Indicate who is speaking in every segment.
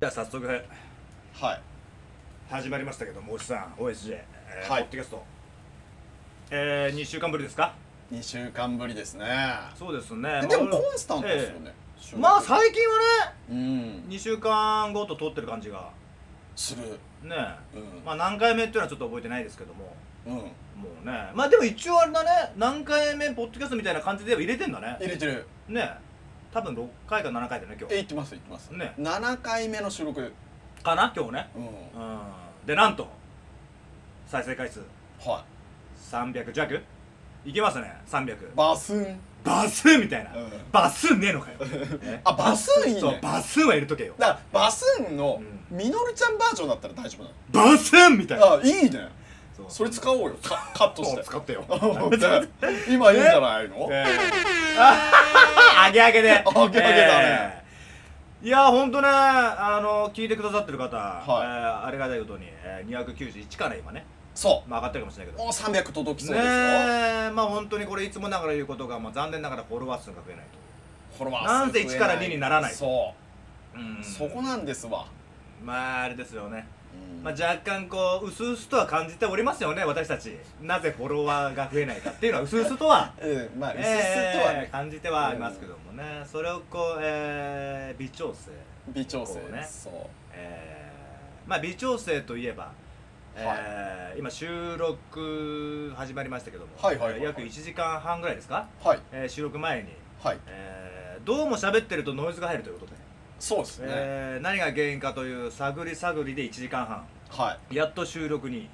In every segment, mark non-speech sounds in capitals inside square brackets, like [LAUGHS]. Speaker 1: では早速
Speaker 2: はい
Speaker 1: 始まりましたけどもおじさん OSJ、えー
Speaker 2: はい
Speaker 1: ポッドキャスト、えー、2週間ぶりですか
Speaker 2: 2週間ぶりですね
Speaker 1: そうですね
Speaker 2: えでもコンスタントですよね、収
Speaker 1: ええ
Speaker 2: 録
Speaker 1: まあ最近はね
Speaker 2: うん
Speaker 1: 2週間ごと撮ってる感じが
Speaker 2: する
Speaker 1: ね
Speaker 2: うん、
Speaker 1: まあ何回目っていうのはちょっと覚えてないですけども
Speaker 2: うん
Speaker 1: もうねまあでも一応あれだね何回目ポッドキャストみたいな感じで入れてんだね
Speaker 2: 入れてる
Speaker 1: ね多分6回か7回だね今
Speaker 2: え
Speaker 1: 日
Speaker 2: 行ってます行ってます、
Speaker 1: ね
Speaker 2: 7回目の収録
Speaker 1: かな今日ね
Speaker 2: うん
Speaker 1: うんでなんと再生回数
Speaker 2: は
Speaker 1: 300弱いけますね300
Speaker 2: いバスン
Speaker 1: バスーンみたいな、
Speaker 2: うん
Speaker 1: バスーンねえのかよ、ね
Speaker 2: あバスンいいね
Speaker 1: そうバスーンは入れとけよ
Speaker 2: だからバスンの
Speaker 1: う
Speaker 2: みのるちゃんバージョンだったら大丈夫な
Speaker 1: バスーンみたいな
Speaker 2: のあいいね
Speaker 1: そう
Speaker 2: それ使おうよカカットし
Speaker 1: そう
Speaker 2: て
Speaker 1: 使ってよ
Speaker 2: ね今いいんじゃないの、
Speaker 1: え
Speaker 2: [LAUGHS]
Speaker 1: ー、あげあげで
Speaker 2: あげあげだね
Speaker 1: えーいやほんとねあの聞いてくださってる方、
Speaker 2: はい
Speaker 1: えーありがたいことに、えー、291から今ね、
Speaker 2: そう
Speaker 1: まあ、上がってるかもしれないけど
Speaker 2: もう300届きそう
Speaker 1: ね
Speaker 2: ですよ、
Speaker 1: えまあ本当にこれいつもながら言うことが、まあ、残念ながらフォロワー数が増えないと
Speaker 2: フォロワー
Speaker 1: なん
Speaker 2: 数増
Speaker 1: で
Speaker 2: え
Speaker 1: 1から2にならない
Speaker 2: そうう、
Speaker 1: ん
Speaker 2: そこなんですわ、
Speaker 1: まああれですよね
Speaker 2: うん
Speaker 1: まあ、若干こう薄々とは感じておりますよね私たちなぜフォロワーが増えないかっていうのは薄々とは
Speaker 2: うん [LAUGHS] まあ薄々とは
Speaker 1: えー
Speaker 2: ね、
Speaker 1: 感じてはいますけどもね、それをこう、えー微調整、
Speaker 2: 微調整
Speaker 1: こうね
Speaker 2: そう
Speaker 1: えーまあ微調整といえば、えー今収録始まりましたけども、
Speaker 2: はいはいはいはい
Speaker 1: えー約1時間半ぐらいですか、
Speaker 2: はい
Speaker 1: えー収録前に、
Speaker 2: はい
Speaker 1: えーどうも喋ってるとノイズが入るということで、
Speaker 2: そうですね、
Speaker 1: えー何が原因かという探り探りで1時間半
Speaker 2: は
Speaker 1: やっと収録に、
Speaker 2: い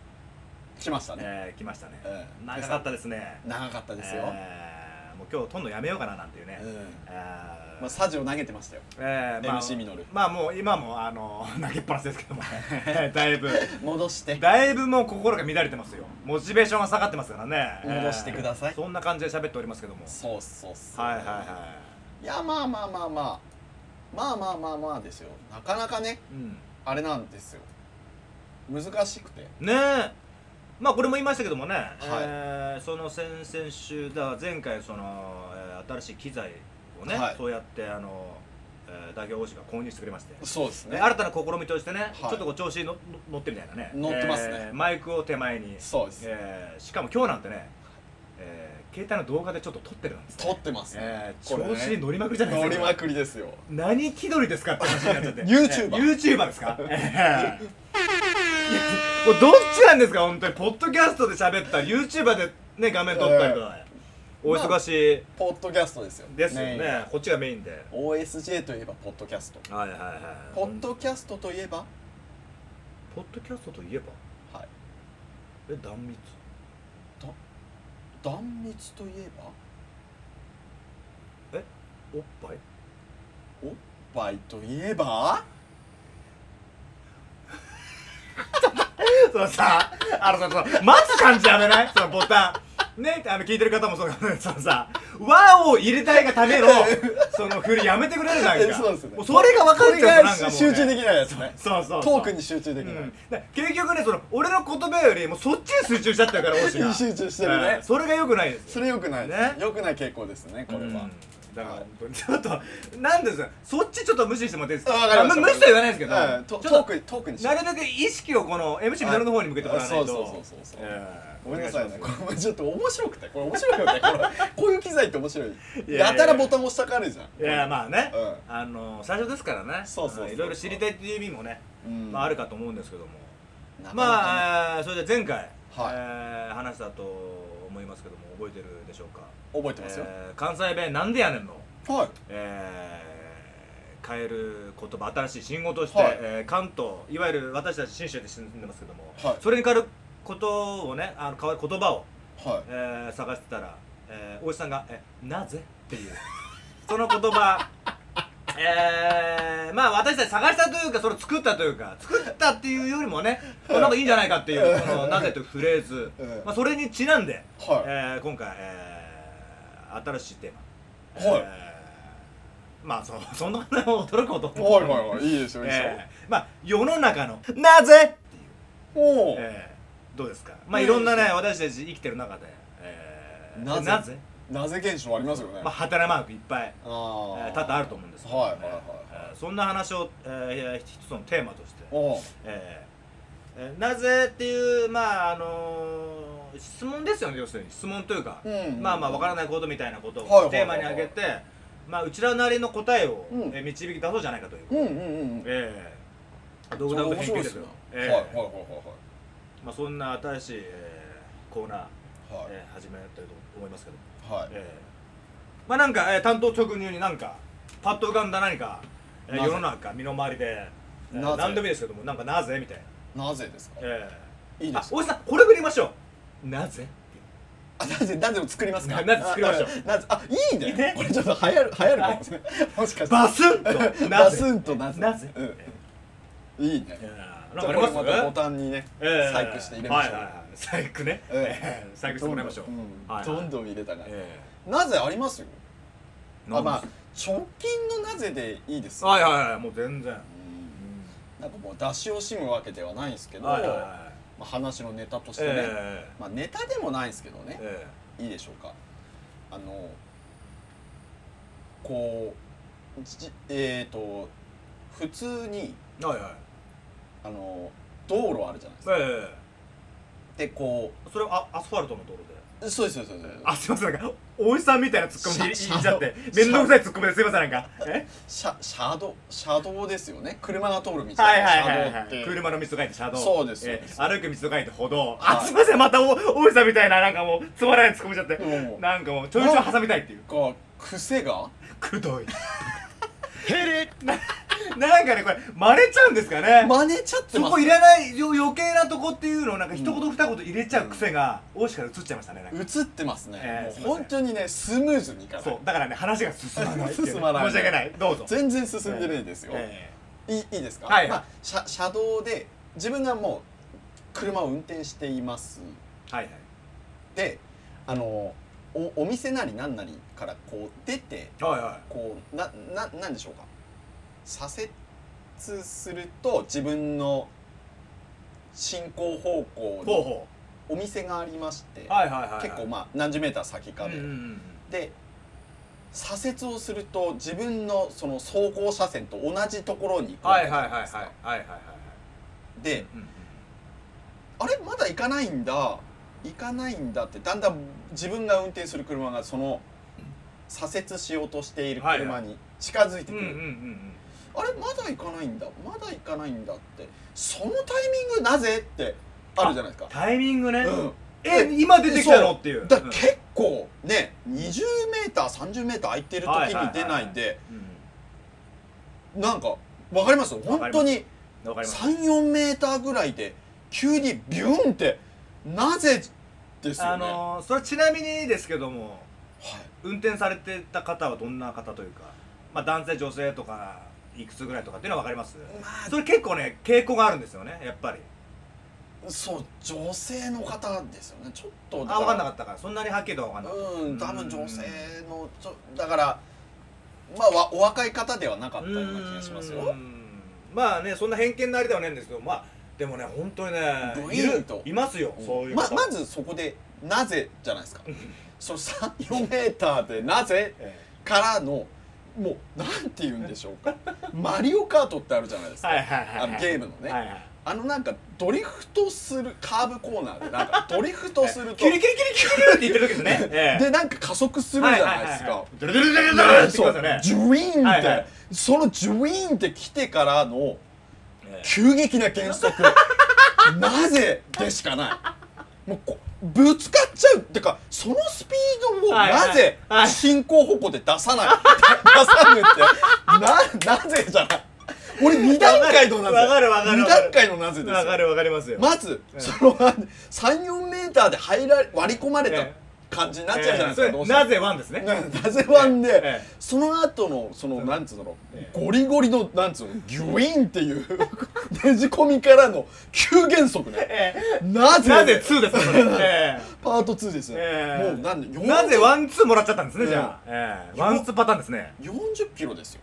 Speaker 2: 来ましたね、
Speaker 1: えー来ましたね、
Speaker 2: ええ
Speaker 1: 長かったですね
Speaker 2: 長かったですよ、
Speaker 1: えーもう今日撮んのやめようかななんていうね、
Speaker 2: うん
Speaker 1: えー
Speaker 2: まあ、サジを投げてましたよ
Speaker 1: えーまあ
Speaker 2: MC ミノル
Speaker 1: まあもう今もあの [LAUGHS] 投げっぱなしですけど
Speaker 2: [LAUGHS]
Speaker 1: もねだいぶ
Speaker 2: 戻して
Speaker 1: だいぶもう心が乱れてますよモチベーションが下がってますからね
Speaker 2: 戻してください
Speaker 1: えーそんな感じで喋っておりますけども
Speaker 2: そうそうそう
Speaker 1: はいはいはい
Speaker 2: いやまあまあまあまあまあまあまあまあですよなかなかね
Speaker 1: い、うん、
Speaker 2: あれなんですよ難しくて
Speaker 1: ねえまあこれも言いましたけどもね、
Speaker 2: い
Speaker 1: えーその先々週だ前回その、えー新しい機材をね、
Speaker 2: はい
Speaker 1: そうやってあの、えー、代表王子が購入してくれまして、
Speaker 2: そうです
Speaker 1: ね新たな試みとしてね、ちょっとこう調子にのの乗ってみたいなね
Speaker 2: 乗ってますね
Speaker 1: えーマイクを手前に、
Speaker 2: そうです、
Speaker 1: えーしかも今日なんてね、えー携帯の動画でちょっと撮ってるんです、
Speaker 2: 撮ってますね、
Speaker 1: えー
Speaker 2: これね
Speaker 1: 調子に乗りまくりじゃないです
Speaker 2: 乗
Speaker 1: か
Speaker 2: りまくりですよ
Speaker 1: 何気取りですかって話になっちゃって
Speaker 2: [LAUGHS] YouTuber
Speaker 1: えー YouTuber です
Speaker 2: [LAUGHS]
Speaker 1: かええもうどっちなんですか本当にポッドキャストで喋ったり YouTuber でね画面撮ったりとか、お忙し
Speaker 2: ポッドキャストですよ
Speaker 1: いですよね,、
Speaker 2: メイン
Speaker 1: こっちがメインでは
Speaker 2: OSJ といえばポッドキャスト
Speaker 1: いはいはい
Speaker 2: ポッドキャストといえば、
Speaker 1: ポッドキャストといえば
Speaker 2: はい
Speaker 1: え断密
Speaker 2: 断密といえば
Speaker 1: おっぱい
Speaker 2: おっぱいといえば
Speaker 1: そのさあのさその待つ感じやめないそのボタンねあの聞いてる方もそうだけどそのさ「和」を入れたいがためのその振りやめてくれるじゃないですか
Speaker 2: え [LAUGHS] そうですね
Speaker 1: もうそれが分かっちゃうとなんかもう、ね、
Speaker 2: 集中できないやつね
Speaker 1: そうそうそう
Speaker 2: トークに集中でき
Speaker 1: う
Speaker 2: ない、
Speaker 1: ん、だから結局ねその俺の言葉よりもそっちに集中しちゃってるから王子が
Speaker 2: [LAUGHS] 集中してるね
Speaker 1: うんそれがよくないです
Speaker 2: それよくないです
Speaker 1: ね
Speaker 2: 良くない傾向ですねこれは、
Speaker 1: うんだから本当にちょっとなんですかそっちちょっと無視してもらっていいですか
Speaker 2: わかりました
Speaker 1: あ無視とは言わないですけど、
Speaker 2: うん
Speaker 1: ち
Speaker 2: ト
Speaker 1: ょっ
Speaker 2: ト
Speaker 1: と
Speaker 2: ークトークにしよ
Speaker 1: なるべく意識をこの MC ミドルの方に向けてもらわないと
Speaker 2: あそうそうそうそ
Speaker 1: え
Speaker 2: う
Speaker 1: え
Speaker 2: うごめんなさいね
Speaker 1: お
Speaker 2: こ
Speaker 1: 願しま
Speaker 2: れちょっと面白くてこれ面白いよねこれこういう機材って面白い
Speaker 1: いやいや
Speaker 2: やたらボタン押したかるじゃん
Speaker 1: すいやまあね、
Speaker 2: う
Speaker 1: あの最初ですからね
Speaker 2: そうそうそう
Speaker 1: あのいろいろ知りたいっていう意味もね、
Speaker 2: うん
Speaker 1: まあ、あるかと思うんですけども、
Speaker 2: なかなかね
Speaker 1: まあ、えーそれで前回、
Speaker 2: はい
Speaker 1: えー話したと思いますけども覚えてるでしょうか
Speaker 2: 覚えてますよ、
Speaker 1: えー関西弁なんでやねんの、
Speaker 2: はい
Speaker 1: えー変える言葉新しい信号として、
Speaker 2: はい
Speaker 1: えー関東いわゆる私たち信州で住んでますけども、
Speaker 2: はい
Speaker 1: それに変わることをねあの変わる言葉を、
Speaker 2: はい
Speaker 1: えー探してたら、えー、大石さんが「えなぜ?」っていう [LAUGHS] その言葉えー、まあ私たち探したというかそれを作ったというか作ったっていうよりもねこれなんかいいんじゃないかっていうその「なぜ?」というフレーズ、
Speaker 2: うん
Speaker 1: まあ、それにちなんで、
Speaker 2: はい
Speaker 1: えー今回、えー新しいテーマ
Speaker 2: はい
Speaker 1: えーまあそ [LAUGHS] そんなの驚くこと
Speaker 2: はいはいはいいいですよいいですよ、
Speaker 1: えーまあ世の中の「なぜ?」っていう
Speaker 2: おお、
Speaker 1: えーどうですかまあ
Speaker 2: うん
Speaker 1: いろんなね私たち生きてる中で、えー
Speaker 2: なぜなぜ現象ありますよね、
Speaker 1: まあ、はたらマークいっぱい、
Speaker 2: あ
Speaker 1: え
Speaker 2: あ
Speaker 1: ー多々あると思うんですけど、
Speaker 2: はいはいはいはい
Speaker 1: えーそんな話を、えー一つのテーマとして、
Speaker 2: おう
Speaker 1: えーえーなぜっていうまああのー質問ですよね要するに質問というか、
Speaker 2: うん
Speaker 1: まあまあわからないことみたいなこと
Speaker 2: はいはい
Speaker 1: を
Speaker 2: はい
Speaker 1: テーマに挙げて、まあうちらなりの答えを、
Speaker 2: うん
Speaker 1: えー導き出そうじゃないかという、
Speaker 2: うんうんうん
Speaker 1: えー独
Speaker 2: それ
Speaker 1: 断と
Speaker 2: 面
Speaker 1: 偏
Speaker 2: 白
Speaker 1: 見で
Speaker 2: いですす
Speaker 1: よ
Speaker 2: ね、
Speaker 1: え
Speaker 2: はい
Speaker 1: ー
Speaker 2: はいはい
Speaker 1: まあ、そんな新しい、えーコーナー、
Speaker 2: はいはい
Speaker 1: えー始めたいと思いますけども、
Speaker 2: はい
Speaker 1: えーまあなんか、えー担当直入になんかパッと浮かんだ何か、えー
Speaker 2: なぜ
Speaker 1: 世の中身の回りで、えー
Speaker 2: なぜ
Speaker 1: 何でもいいですけどもなんかなぜみたいな、
Speaker 2: なぜですか
Speaker 1: えー
Speaker 2: いいです
Speaker 1: あ大石さんこれ振りましょうなぜ
Speaker 2: あなぜなぜも作ります
Speaker 1: [LAUGHS]
Speaker 2: か
Speaker 1: ななぜ作りましょう
Speaker 2: [LAUGHS] あなぜあいいね
Speaker 1: ね
Speaker 2: これちょっと流行る流行るかもしれないもしかして
Speaker 1: バスン
Speaker 2: [LAUGHS]
Speaker 1: とな
Speaker 2: バ
Speaker 1: ぜ
Speaker 2: スンとなぜ
Speaker 1: なぜ
Speaker 2: うん
Speaker 1: え
Speaker 2: いいね
Speaker 1: ーなんか
Speaker 2: じゃ
Speaker 1: あ
Speaker 2: あ
Speaker 1: り
Speaker 2: こ
Speaker 1: ま
Speaker 2: れ
Speaker 1: す
Speaker 2: またボタンにね
Speaker 1: えー
Speaker 2: 細工して入れましょ
Speaker 1: はいうはいはい細工ね、
Speaker 2: え
Speaker 1: えー細工してもらいましょう、
Speaker 2: ん
Speaker 1: はいはい
Speaker 2: どんどん入れたが
Speaker 1: え
Speaker 2: なぜありますよ
Speaker 1: ー
Speaker 2: あま
Speaker 1: なん
Speaker 2: あ
Speaker 1: で
Speaker 2: 直近のなぜでいいです
Speaker 1: すはいはいはいもう全然、
Speaker 2: うん
Speaker 1: うん
Speaker 2: なんかもう出し惜しむわけではないんですけど
Speaker 1: はいはいはい
Speaker 2: まあ話のネタとしてね
Speaker 1: え
Speaker 2: まあネタでもないんですけど
Speaker 1: え
Speaker 2: ね
Speaker 1: え
Speaker 2: いいでしょうかあのこうじえっと普通に
Speaker 1: えはいはい
Speaker 2: あの道路あるじゃないですか
Speaker 1: え
Speaker 2: でこ
Speaker 1: えそれはアアスファルトのところで
Speaker 2: うそうですそうですそうです
Speaker 1: あすいませんなんか大石さんみたいなツッコミ入れ
Speaker 2: シャ
Speaker 1: 入れちゃって
Speaker 2: シ
Speaker 1: 面
Speaker 2: ャ
Speaker 1: 倒くさいツッコミですいませんなんかえ
Speaker 2: 車車道車道ですよね車が通る道
Speaker 1: はいはいはいは
Speaker 2: 車道って
Speaker 1: い車の道と書いて車道
Speaker 2: そうです
Speaker 1: え
Speaker 2: そうで
Speaker 1: え
Speaker 2: す
Speaker 1: 歩く道と書いて歩道
Speaker 2: は
Speaker 1: あ
Speaker 2: い
Speaker 1: すいませんまたお大石さんみたいななんかもうつまらないツッコミしちゃって
Speaker 2: もう
Speaker 1: なんかもうちょいちょい挟みたいっていう
Speaker 2: が癖が
Speaker 1: くどいへれななんかねこれ真似ちゃうんですかね
Speaker 2: 真似ちゃって
Speaker 1: そ
Speaker 2: ます
Speaker 1: こいらないよ余計なとこっていうのをなんか一言二言入れちゃう癖が大石から移っちゃいましたねなんか
Speaker 2: 映ってますね、
Speaker 1: えーすいま
Speaker 2: もう
Speaker 1: せん
Speaker 2: 本当にねスムーズにいかな
Speaker 1: そ
Speaker 2: いう
Speaker 1: だからね話が進まないっていうね
Speaker 2: 進まない
Speaker 1: 申し訳ないどうぞ
Speaker 2: 全然進んでないですよ、
Speaker 1: え
Speaker 2: いいいいですか、
Speaker 1: はい
Speaker 2: まあ、車車道で自分がもう車を運転しています
Speaker 1: えはいはい
Speaker 2: であのおお店なり何なりからこう出て
Speaker 1: はいは
Speaker 2: こうなななんでしょうか左折すると自分の進行方向
Speaker 1: いほう
Speaker 2: に
Speaker 1: ほ
Speaker 2: お店がありまして、
Speaker 1: うはいはいはい
Speaker 2: 結構まあ何十メーター先か
Speaker 1: うん
Speaker 2: で、
Speaker 1: うんうん
Speaker 2: で左折をすると自分のその走行車線と同じところに行くわ
Speaker 1: は
Speaker 2: け
Speaker 1: い
Speaker 2: じゃ
Speaker 1: はいはい
Speaker 2: な
Speaker 1: はいはい
Speaker 2: ですか
Speaker 1: はいはいはい
Speaker 2: で
Speaker 1: うんうん
Speaker 2: あれまだ行かないんだ行かないんだってだんだん自分が運転する車がその左折しようとしている車に近づいてく
Speaker 1: うん
Speaker 2: る、
Speaker 1: うんうんうん
Speaker 2: あれまだ行かないんだまだ行かないんだってそのタイミングなぜってあるじゃないですか。
Speaker 1: タイミングね
Speaker 2: うん
Speaker 1: え今出てきたのっていう
Speaker 2: だ
Speaker 1: う
Speaker 2: から
Speaker 1: ん
Speaker 2: 結構ね 20m30m 空いてる時に出ないんで、
Speaker 1: うん
Speaker 2: なんかわかります本当に
Speaker 1: わかります
Speaker 2: 34メーターぐらいで急にビューンってなぜですよね、
Speaker 1: あのーそれちなみにですけども
Speaker 2: はい
Speaker 1: 運転されてた方はどんな方というかまあ男性女性とかいくつぐらいとかっていうのはわかります
Speaker 2: ま
Speaker 1: それ結構ね傾向があるんですよねやっぱり
Speaker 2: あそう女性の方ですよねちょっと
Speaker 1: あ分かんな
Speaker 2: かっ
Speaker 1: かったからそんなにはっきりとは分かんなかった
Speaker 2: うん多分女性のちょだからまあわお若い方ではなかったような気がします
Speaker 1: う
Speaker 2: よ
Speaker 1: んまあねそんな偏見のあれではないんですけどまあでもね本当にね
Speaker 2: ブ
Speaker 1: い
Speaker 2: イー
Speaker 1: る
Speaker 2: ンと
Speaker 1: いますよそういう
Speaker 2: ま
Speaker 1: 方
Speaker 2: まずそこでなぜじゃないです
Speaker 1: [LAUGHS]
Speaker 2: かその34メーターでなぜ
Speaker 1: え
Speaker 2: からのもうなんて言うんでしょうかマリオカートってあるじゃないです
Speaker 1: え
Speaker 2: か
Speaker 1: はいはいはいは
Speaker 2: あ
Speaker 1: い
Speaker 2: のゲームのね、
Speaker 1: はいはい
Speaker 2: あのなんかドリフトするカーブコーナーでなんかドリフトす
Speaker 1: [LAUGHS]
Speaker 2: ると
Speaker 1: キリキリキリキリキリって言ってる時ですねええ
Speaker 2: でなんか加速するじゃないで
Speaker 1: は
Speaker 2: す
Speaker 1: はは
Speaker 2: か
Speaker 1: はドゥルドゥルドゥルドゥルってき
Speaker 2: そう
Speaker 1: ます
Speaker 2: ジ
Speaker 1: よね
Speaker 2: ュイーン
Speaker 1: は
Speaker 2: っ
Speaker 1: いはい
Speaker 2: てそのジュイーンって来てからの
Speaker 1: え
Speaker 2: 急激な
Speaker 1: [LAUGHS]
Speaker 2: 減速なぜでしかないもうこぶつかっちゃうってかそのスピードを
Speaker 1: はいはい
Speaker 2: なぜ
Speaker 1: はい
Speaker 2: 進行方向で出さない [LAUGHS] 出さぬってななぜじゃない俺2段階のなぜ
Speaker 1: わかるわかるわ
Speaker 2: 2
Speaker 1: かる
Speaker 2: 段階のなぜ
Speaker 1: え
Speaker 2: です
Speaker 1: わ
Speaker 2: よ
Speaker 1: かるわかりますよ
Speaker 2: まず、
Speaker 1: ええ
Speaker 2: その34メーターで入ら割り込まれた
Speaker 1: え
Speaker 2: 感じになっちゃうじゃないですか、
Speaker 1: ええ
Speaker 2: ど
Speaker 1: そうれ
Speaker 2: して
Speaker 1: なぜワンですね
Speaker 2: ななぜワンで、
Speaker 1: ええ
Speaker 2: その後のそのなんつうの、
Speaker 1: ええ
Speaker 2: ゴリゴリのなんつうのギュイーンっていうねじ込みからの急減速ね
Speaker 1: ええ
Speaker 2: なぜ
Speaker 1: なぜツーですかそれえ
Speaker 2: パート2ですね、
Speaker 1: ええ
Speaker 2: もうなんで
Speaker 1: えなぜワンツーもらっちゃったんですね
Speaker 2: ええ
Speaker 1: じゃあええワンツーパターンですね
Speaker 2: 40キロですよ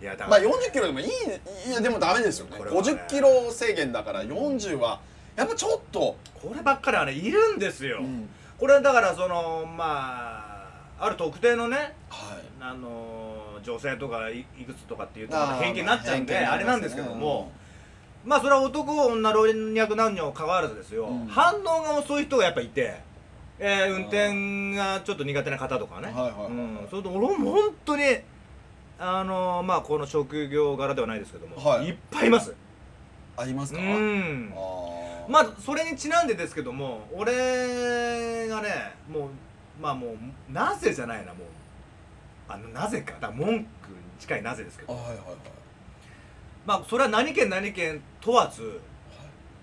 Speaker 1: いやだ
Speaker 2: ま
Speaker 1: か
Speaker 2: あ
Speaker 1: ら
Speaker 2: 40キロでもいいいやでもダメですよね
Speaker 1: これはね
Speaker 2: 50キロ制限だから40はやっぱちょっと、
Speaker 1: こればっかりはねいるんですよ
Speaker 2: うん
Speaker 1: これはだからそのまあある特定のね
Speaker 2: はい
Speaker 1: あのの女性とかいいくつとかっていうと
Speaker 2: あー
Speaker 1: 偏見になっちゃうんで
Speaker 2: ま
Speaker 1: あれなんですけども、まあそれは男女老若男女かかわらずですよ、
Speaker 2: うん
Speaker 1: 反応が遅い人がやっぱいて、えー運転がちょっと苦手な方とかね、
Speaker 2: はいはいはいは
Speaker 1: う
Speaker 2: い
Speaker 1: ん、それと俺も本当にあのまあこの職業柄ではないですけども、
Speaker 2: はい
Speaker 1: っぱいいます
Speaker 2: あります
Speaker 1: う
Speaker 2: か、
Speaker 1: ん
Speaker 2: あー
Speaker 1: まあそれにちなんでですけども俺がねもうまあもうなぜじゃないなもうあのなぜかだから文句に近いなぜですけ
Speaker 2: あ
Speaker 1: ど
Speaker 2: はいはいはい
Speaker 1: まあそれは何県何県問わず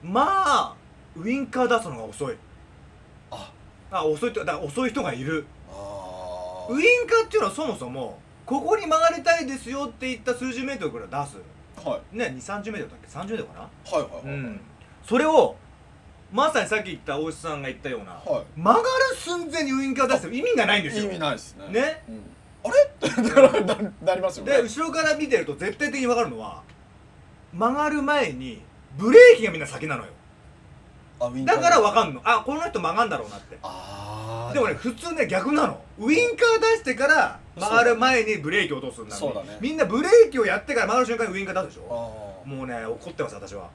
Speaker 1: まあウインカー出すのが遅い
Speaker 2: あ
Speaker 1: あ遅いってだから遅い人がいる
Speaker 2: あ
Speaker 1: ウインカーっていうのはそもそもここに曲がりたいですよって言った数十メートルぐらい出す
Speaker 2: ーはい
Speaker 1: ね2 3 0メートルだっけ30メートルか
Speaker 2: はいはい
Speaker 1: な
Speaker 2: はい、
Speaker 1: それをまさにさっき言った大石さんが言ったような、
Speaker 2: は
Speaker 1: 曲がる寸前にウインカー出しても意味がないんです
Speaker 2: い、
Speaker 1: よ
Speaker 2: 意味ないですね
Speaker 1: ね
Speaker 2: うん、あれななりますよね
Speaker 1: で後ろから見てると絶対的に分かるのは曲がる前にブレーキがみんな先なのよ
Speaker 2: あウィンカー
Speaker 1: だから分かんのあこの人曲がんだろうなって
Speaker 2: ああ
Speaker 1: でもね普通ね逆なのウインカー出してから曲がる前にブレーキを落とすんだ
Speaker 2: そうだね
Speaker 1: みんなブレーキをやってから曲がる瞬間にウインカー出すでし
Speaker 2: あ
Speaker 1: ょ
Speaker 2: ー
Speaker 1: もうね怒ってます私は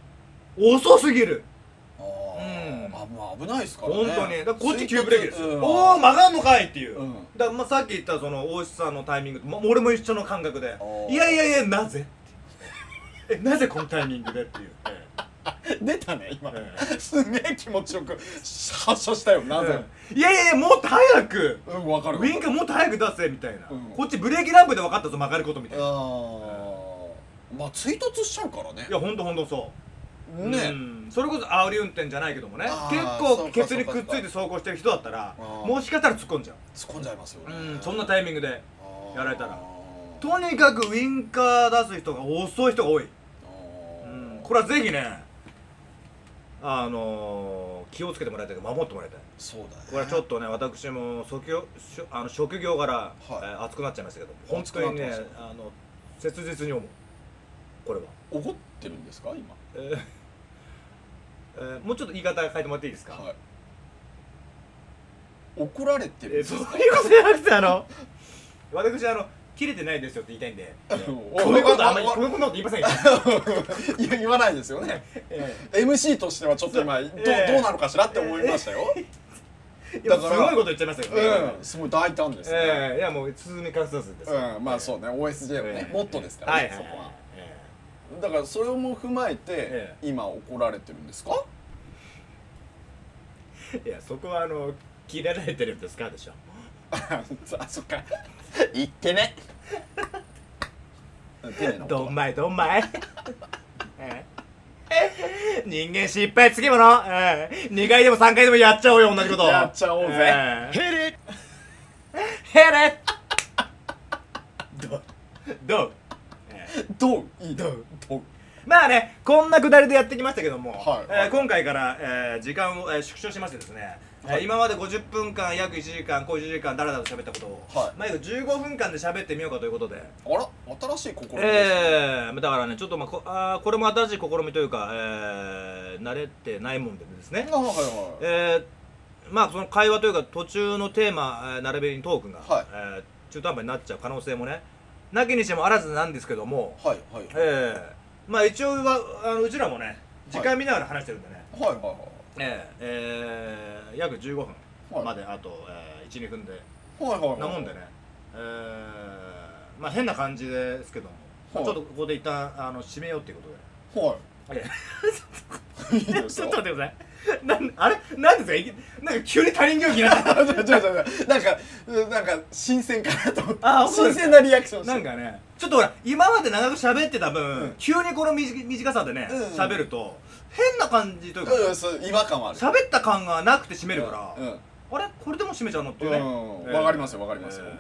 Speaker 1: 遅すぎる
Speaker 2: あー、
Speaker 1: うん
Speaker 2: あまあ危ないですからね
Speaker 1: 本当にだからこっち急ブレーキです、
Speaker 2: うん
Speaker 1: おお曲がんのかいっていう、
Speaker 2: うん
Speaker 1: だからまあさっき言ったその大石さんのタイミングと、ま、俺も一緒の感覚で
Speaker 2: あー
Speaker 1: いやいやいやなぜ [LAUGHS] えなぜこのタイミングでって
Speaker 2: [LAUGHS]
Speaker 1: いう、え
Speaker 2: 出たね今、
Speaker 1: え
Speaker 2: すげえ気持ちよく発射したよなぜ、
Speaker 1: えいやいやいやもっと早く
Speaker 2: うんわか
Speaker 1: ウ
Speaker 2: る
Speaker 1: ィンカーもっと早く出せみたいな、
Speaker 2: うん
Speaker 1: こっちブレーキランプで分かったぞ曲がることみたいな、
Speaker 2: ああまあ追突しちゃうからね
Speaker 1: いやほんとほんとそう
Speaker 2: ね、
Speaker 1: うんそれこそ煽り運転じゃないけどもね
Speaker 2: あ
Speaker 1: 結
Speaker 2: ーそう
Speaker 1: 構
Speaker 2: か
Speaker 1: ケツにくっついて走行してる人だったら
Speaker 2: あー
Speaker 1: もしかしたら突っ込んじゃ
Speaker 2: 突っ込んじゃいますよ
Speaker 1: う、
Speaker 2: ね、
Speaker 1: うん、そんなタイミングで
Speaker 2: あー
Speaker 1: やられたら
Speaker 2: あー
Speaker 1: とにかくウィンカー出す人が遅い人が多い、う
Speaker 2: あ
Speaker 1: ん
Speaker 2: ー、
Speaker 1: これはぜひねあのー気をつけてもらいたいけど守ってもらいたい
Speaker 2: そうだね
Speaker 1: これはちょっとね私も職業しょあの職業柄、えー熱くなっちゃいましたけど本当にね
Speaker 2: 熱くなってま
Speaker 1: あの切実に思うこれは、
Speaker 2: 怒ってるんですか今
Speaker 1: えーえーもうちょっと言い方変えてもらっていいですか、
Speaker 2: はい怒られてるん
Speaker 1: え
Speaker 2: で
Speaker 1: ー
Speaker 2: す
Speaker 1: そういう
Speaker 2: か
Speaker 1: ことじゃなくてあの私あの切れてないですよって言いたいんで、えー
Speaker 2: お
Speaker 1: こういうことあんまり
Speaker 2: おお
Speaker 1: こういうこと言いませんよ、
Speaker 2: [LAUGHS] いや言わないですよね
Speaker 1: え
Speaker 2: MC としてはちょっと今ど,、う
Speaker 1: ええ
Speaker 2: どうなのかしらって思いましたよ、
Speaker 1: ーいや
Speaker 2: だか
Speaker 1: す
Speaker 2: ら
Speaker 1: ごいこと言っちゃいましたけどね、
Speaker 2: うんすごい大胆ですね、
Speaker 1: ええいやもう進み隠さずですから
Speaker 2: うんまあそうね OSJ のね、
Speaker 1: ええ
Speaker 2: モットーですからね、
Speaker 1: はいはい
Speaker 2: そ
Speaker 1: はい
Speaker 2: こは
Speaker 1: え
Speaker 2: だからそれをも踏まえて、
Speaker 1: え
Speaker 2: 今怒られてるんですか
Speaker 1: えいやそこはあの切られてるんですかでしょ
Speaker 2: [LAUGHS] あそっか言ってね丁寧なこと
Speaker 1: どんまいどんまい [LAUGHS] ええ人間失敗つきもの、ええ、2回でも3回でもやっちゃおうよ同じこと
Speaker 2: やっちゃおうぜ
Speaker 1: ええ
Speaker 2: ヘレ
Speaker 1: へれどうどう、ええ
Speaker 2: どういい
Speaker 1: ど
Speaker 2: ど
Speaker 1: う
Speaker 2: う
Speaker 1: まあねこんなくだりでやってきましたけども、
Speaker 2: はい
Speaker 1: えー今回から、えー時間を、えー縮小しましてですね、えー
Speaker 2: はい
Speaker 1: 今まで50分間約1時間小1時間だらだらと喋ったことを、
Speaker 2: はい
Speaker 1: まあ約15分間で喋ってみようかということで。
Speaker 2: あら新しい試みです、
Speaker 1: えー、だからねちょっとまあこあーこれも新しい試みというか、えー慣れてないもんでですね
Speaker 2: あ、はいはいはい
Speaker 1: えーまあその会話というか途中のテーマ、えー並びにトークが、
Speaker 2: はい
Speaker 1: えー中途半端になっちゃう可能性もねなきにしてもあらずなんですけども、
Speaker 2: はいはいはい
Speaker 1: ええまあ一応はあのうちらもね時間見ながら話してるんでね、
Speaker 2: はいは
Speaker 1: ええええ約15分
Speaker 2: はい
Speaker 1: まであと、ええ12分で
Speaker 2: いはいはいはい
Speaker 1: なもんでね、ええまあ変な感じですけども、まあ
Speaker 2: はい
Speaker 1: ちょっとここで一旦あの締めようっていうことで。
Speaker 2: はい
Speaker 1: や
Speaker 2: いいいです
Speaker 1: ちょ
Speaker 2: か
Speaker 1: っと待ってください。 [LAUGHS] なんあれなんですかいきなんか急に他人行儀に
Speaker 2: [LAUGHS]
Speaker 1: なった。
Speaker 2: あちょちょちょちょなんかうんなんか新鮮かなと思って
Speaker 1: あそうで
Speaker 2: 新
Speaker 1: すか
Speaker 2: 鮮なリアクションして
Speaker 1: なんかね、ちょっとほら、今まで長く喋ってた分、
Speaker 2: うん
Speaker 1: 急にこの短短さでね
Speaker 2: うん、
Speaker 1: 喋、ると、変な感じというか、
Speaker 2: うんそう違和感はある
Speaker 1: 喋った感がなくて締めるから、
Speaker 2: うんうん
Speaker 1: あれこれでも締めちゃうのっていうね、
Speaker 2: うん
Speaker 1: えー
Speaker 2: わかりますよわかりますよ
Speaker 1: えー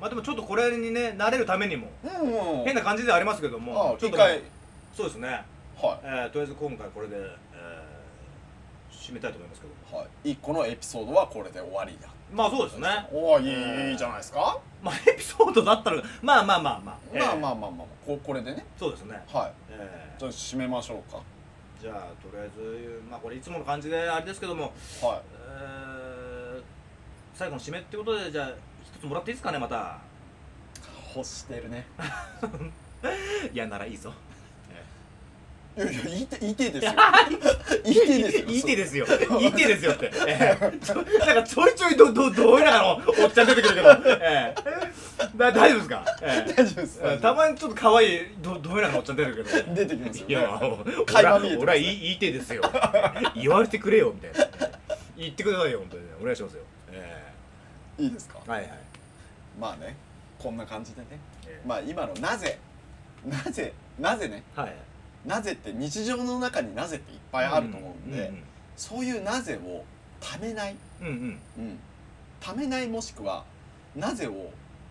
Speaker 1: まあでもちょっとこれにね慣れるためにも
Speaker 2: うんうん
Speaker 1: 変な感じではありますけど
Speaker 2: あ
Speaker 1: もちょ
Speaker 2: 一
Speaker 1: っと
Speaker 2: 回
Speaker 1: そうですね、
Speaker 2: は
Speaker 1: えーとりあえず今回これで、えー締めたいと思いますけど
Speaker 2: いはい一個のエピソードはこれで終わりだ
Speaker 1: まあそうですね
Speaker 2: おおい
Speaker 1: うん
Speaker 2: いいいじゃないですか
Speaker 1: まあエピソードだったらまあまあまあまあ、えー
Speaker 2: まあまあまあまあここれでね
Speaker 1: そうですね、
Speaker 2: はい
Speaker 1: え
Speaker 2: じゃあ締めましょうか
Speaker 1: ーじゃあとりあえずまあこれいつもの感じであれですけども、
Speaker 2: は
Speaker 1: えー最後の締めってことでじゃあ一つもらっていいですかねまた
Speaker 2: い欲してるね
Speaker 1: 嫌ならいいぞ
Speaker 2: いやいや言いて言いてえですよ言 [LAUGHS] いてえですよ
Speaker 1: いい手ですよいい手ですよって、ええちょなんかちょいちょいどどどういうなのおっちゃん出てくるけど、ええ、だ大丈夫ですか、ええ
Speaker 2: 大丈夫です
Speaker 1: ええたまにちょっと可愛いどどういうなのおっちゃん出てくるけど
Speaker 2: 出てきますよ、
Speaker 1: いや、
Speaker 2: ね、
Speaker 1: 俺
Speaker 2: 垣間
Speaker 1: は
Speaker 2: 見えてますね
Speaker 1: 俺はいいいい手ですよ。言われてくれよみたいな。言ってくださいよ本当にね。お願いしますよ。え
Speaker 2: いいですか
Speaker 1: えはいはい。
Speaker 2: まあねこんな感じでね
Speaker 1: ええ
Speaker 2: まあ今のなぜなぜなぜね
Speaker 1: はい。
Speaker 2: なぜって日常の中になぜっていっぱいあると思うんで、そういうなぜをためない、
Speaker 1: うんうん。うんうん。
Speaker 2: うん、ためないもしくはなぜを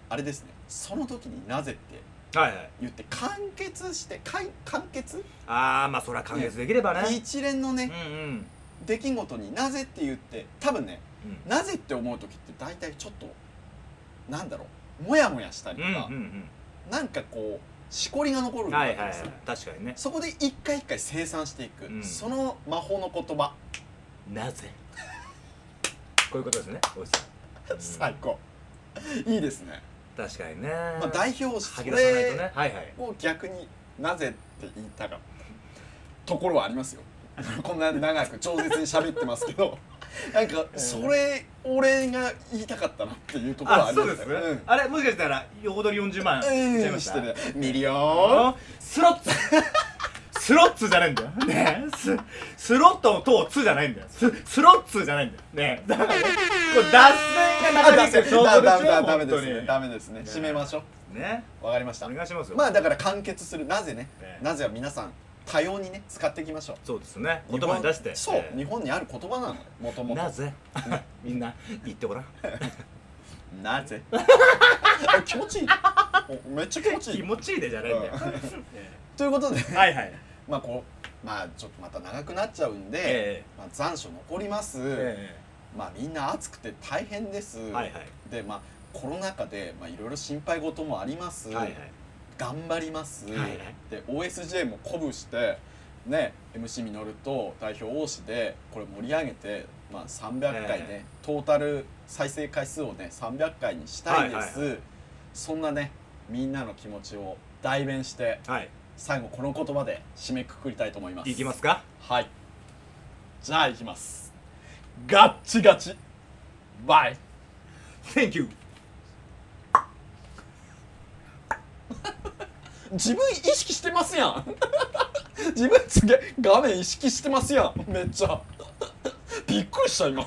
Speaker 2: あれですねその時になぜって
Speaker 1: はいはい。
Speaker 2: 言って完結してかい完結、
Speaker 1: ああまあそれは完結できればね。
Speaker 2: 一連の
Speaker 1: う
Speaker 2: ね
Speaker 1: んうん。
Speaker 2: 出来事になぜって言って多分ね
Speaker 1: うん
Speaker 2: なぜって思う時って大体ちょっとなんだろうモヤモヤしたりと
Speaker 1: うんうん
Speaker 2: か、なんかこうしこりが残
Speaker 1: う
Speaker 2: る
Speaker 1: ん。
Speaker 2: わ
Speaker 1: は
Speaker 2: け
Speaker 1: いは
Speaker 2: で
Speaker 1: い
Speaker 2: すよ。。
Speaker 1: 確かにね。
Speaker 2: そこで一回一回生産していく、
Speaker 1: うん
Speaker 2: その魔法の言葉、
Speaker 1: なぜ。こういうことですね。おじさん。
Speaker 2: 最高いいですね、
Speaker 1: うん確かにね。
Speaker 2: まあ、代表し
Speaker 1: 吐
Speaker 2: そ
Speaker 1: き出さないと
Speaker 2: れ
Speaker 1: ね。はいはい。
Speaker 2: を逆になぜって言いたかったところはあ
Speaker 1: [LAUGHS]
Speaker 2: りますよこんな長く超絶に喋ってますけど [LAUGHS] なんかそれ俺が言いたかったなっていうところはあ
Speaker 1: あ
Speaker 2: り
Speaker 1: そ
Speaker 2: ま
Speaker 1: う
Speaker 2: す
Speaker 1: です
Speaker 2: よ。うん
Speaker 1: あれもしかしたら横取り40万しちゃいま
Speaker 2: うん、
Speaker 1: し
Speaker 2: したて。ね、ミリオン。
Speaker 1: あスロッ
Speaker 2: [LAUGHS]
Speaker 1: ツスロッツじゃないんだよ。ねえススロットのとツじゃないんだよ。ススロッツじゃないんだよ。ねえだからこれ脱線が
Speaker 2: あ、
Speaker 1: 流れ
Speaker 2: ダ
Speaker 1: て
Speaker 2: メ
Speaker 1: る
Speaker 2: だ、だ、だ、だ、
Speaker 1: 本
Speaker 2: ダメ
Speaker 1: 当
Speaker 2: です
Speaker 1: に
Speaker 2: ね。ダメですね。
Speaker 1: ね
Speaker 2: 締めましょ
Speaker 1: ね
Speaker 2: う。わかりまし
Speaker 1: お
Speaker 2: た。
Speaker 1: 願いしますよ。
Speaker 2: まあ、だから完結する、なぜね
Speaker 1: ね、
Speaker 2: なぜは皆さん、多様にね、使っていきましょう。
Speaker 1: そうですね。言葉に出して。
Speaker 2: そう、
Speaker 1: え
Speaker 2: 日本にある言葉なのよもと
Speaker 1: え
Speaker 2: もと
Speaker 1: なぜ [LAUGHS] みんな言ってごらん。
Speaker 2: なぜ気持ちいいおめっちゃ気持ちい
Speaker 1: [LAUGHS] 気
Speaker 2: い
Speaker 1: 持ちいいでじゃないんだよ。
Speaker 2: ということで、 [LAUGHS]
Speaker 1: [LAUGHS] はいはい。
Speaker 2: まあこうまあちょっとまた長くなっちゃうんで、
Speaker 1: え
Speaker 2: まあ、残暑残ります、
Speaker 1: ええ
Speaker 2: まあみんな暑くて大変です、
Speaker 1: えはいはい
Speaker 2: でまあコロナ禍でまあいろいろ心配事もあります、
Speaker 1: はいはい。
Speaker 2: 頑張ります、
Speaker 1: はいはい
Speaker 2: で OSJ も鼓舞してね MC ミノルと代表王子でこれ盛り上げて、まあ、300回ね、
Speaker 1: え
Speaker 2: トータル再生回数をね300回にしたいです、
Speaker 1: はい
Speaker 2: そんなねみんなの気持ちを代弁して
Speaker 1: はい。
Speaker 2: 最後この言葉で締めくくりたいと思います
Speaker 1: いきますか。
Speaker 2: はいじゃあいきますガッチガチバイ
Speaker 1: Thank you。
Speaker 2: 自分意識してますやん [LAUGHS] 自分すげえ画面意識してますやんめっちゃびっくりした今